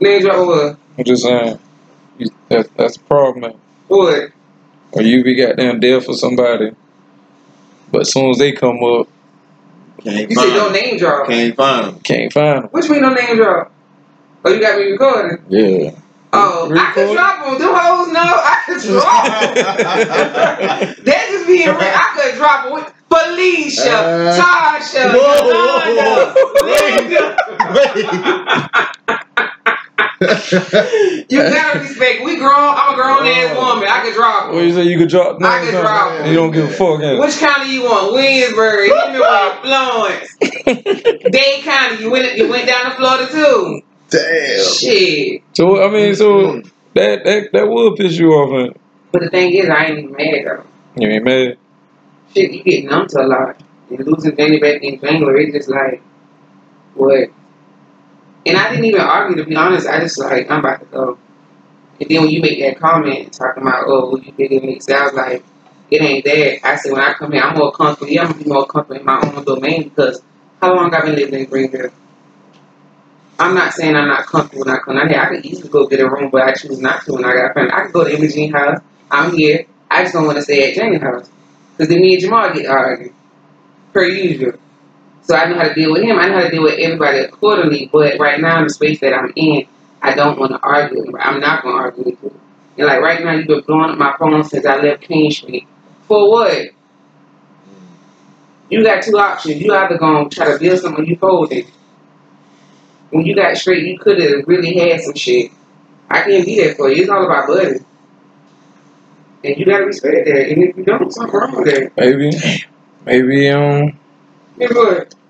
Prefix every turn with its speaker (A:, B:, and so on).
A: Name drop one.
B: I'm just saying, you, that, that's the problem. man.
A: What?
B: When you be goddamn there for somebody, but as soon as they come up,
C: Can't
A: You
C: find
A: said no
C: 'em.
A: name drop.
C: Can't find them.
B: can't find them.
A: Which mean no name drop? Oh, you got me recording.
B: Yeah.
A: Oh, I
B: Recording?
A: can drop them. Them hoes know I can drop 'em. That just being real. I could drop with Felicia,
C: Uh,
A: Tasha,
C: whoa,
A: Yolanda,
C: whoa,
A: Linda.
C: whoa. Wait.
A: You gotta respect. We grown. I'm a grown ass
C: Whoa.
A: woman. I could drop.
B: What you
A: 'em.
B: say? You could drop.
A: I could drop 'em.
B: You don't give a fuck. Yeah.
A: Which county you want? Williamsburg, Hemingway, Florence, Dade County. You went. You went down to Florida too.
C: Damn.
A: Shit.
B: so I mean, so that that that would piss you off. Man.
A: But the thing is, I ain't even mad though.
B: You ain't mad.
A: Shit, you get numb to a lot. And losing Danny back in Bangor, it's just like, what? And I didn't even argue, to be honest. I just like, I'm about to go. And then when you make that comment talking about, oh, you big and mixed, I was like, it ain't that. I said, when I come here, I'm more comfortable. Yeah, I'm going to be more comfortable in my own domain because how long I've been living in Greenville? I'm not saying I'm not comfortable when I come out here. I could easily go get a room, but I choose not to when I got family. I could go to Imogene House. I'm here. I just don't want to stay at Jane House. Because then me and Jamal get argued, per usual. So I know how to deal with him. I know how to deal with everybody accordingly. But right now, in the space that I'm in, I don't want to argue. with anybody. I'm not going to argue with you. And like right now, you've been blowing up my phone since I left King Street. For what? You got two options. You either going to try to build something or you fold it. When you got straight, you could have really had some shit. I can't be there for you. It's all about buddy. And you got to respect that. And if you don't, something wrong with that.
B: Maybe, maybe um,
A: Guess what?